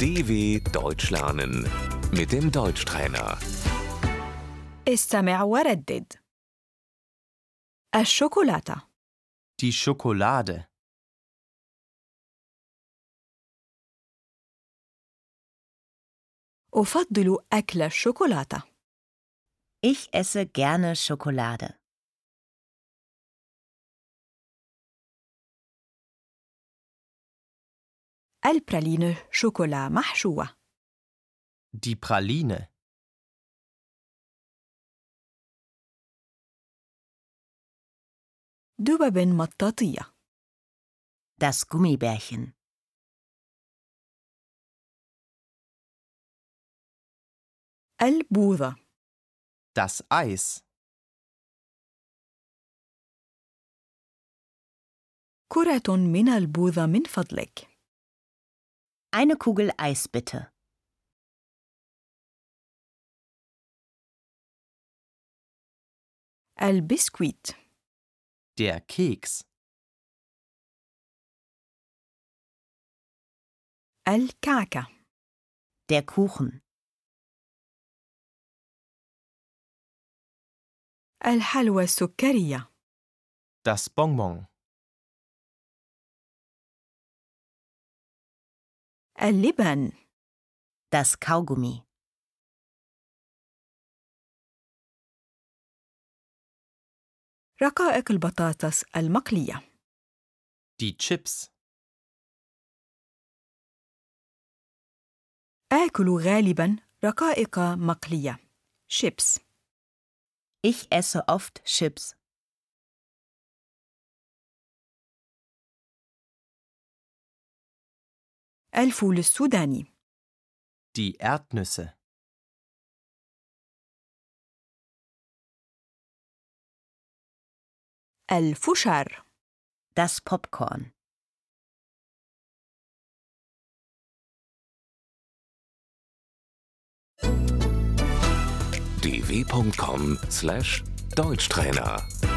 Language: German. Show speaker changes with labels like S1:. S1: DW Deutsch lernen mit dem Deutschtrainer.
S2: استمع وردد الشوكولاتة
S3: Die Schokolade.
S2: أفضل أكل الشوكولاتة
S4: Ich esse gerne Schokolade.
S2: البرالين شوكولا محشوة
S3: Die Praline.
S2: دبب مطاطية
S4: Das Gummibärchen.
S2: البوظة
S3: Das Eis.
S2: كرة من البوظة من فضلك
S4: Eine Kugel Eis bitte.
S2: البسكويت
S3: Der Keks.
S2: الكعكة
S4: Der Kuchen.
S2: الحلوى السكرية
S3: Das Bonbon.
S2: اللبن
S4: Das Kaugummi.
S2: رقائق البطاطس المقلية
S3: Die Chips.
S2: آكل غالبا رقائق مقلية شيبس
S4: Ich esse oft Chips.
S2: الفول السوداني
S3: Die Erdnüsse.
S2: الفشار
S4: Das Popcorn.
S1: dw.com/deutschtrainer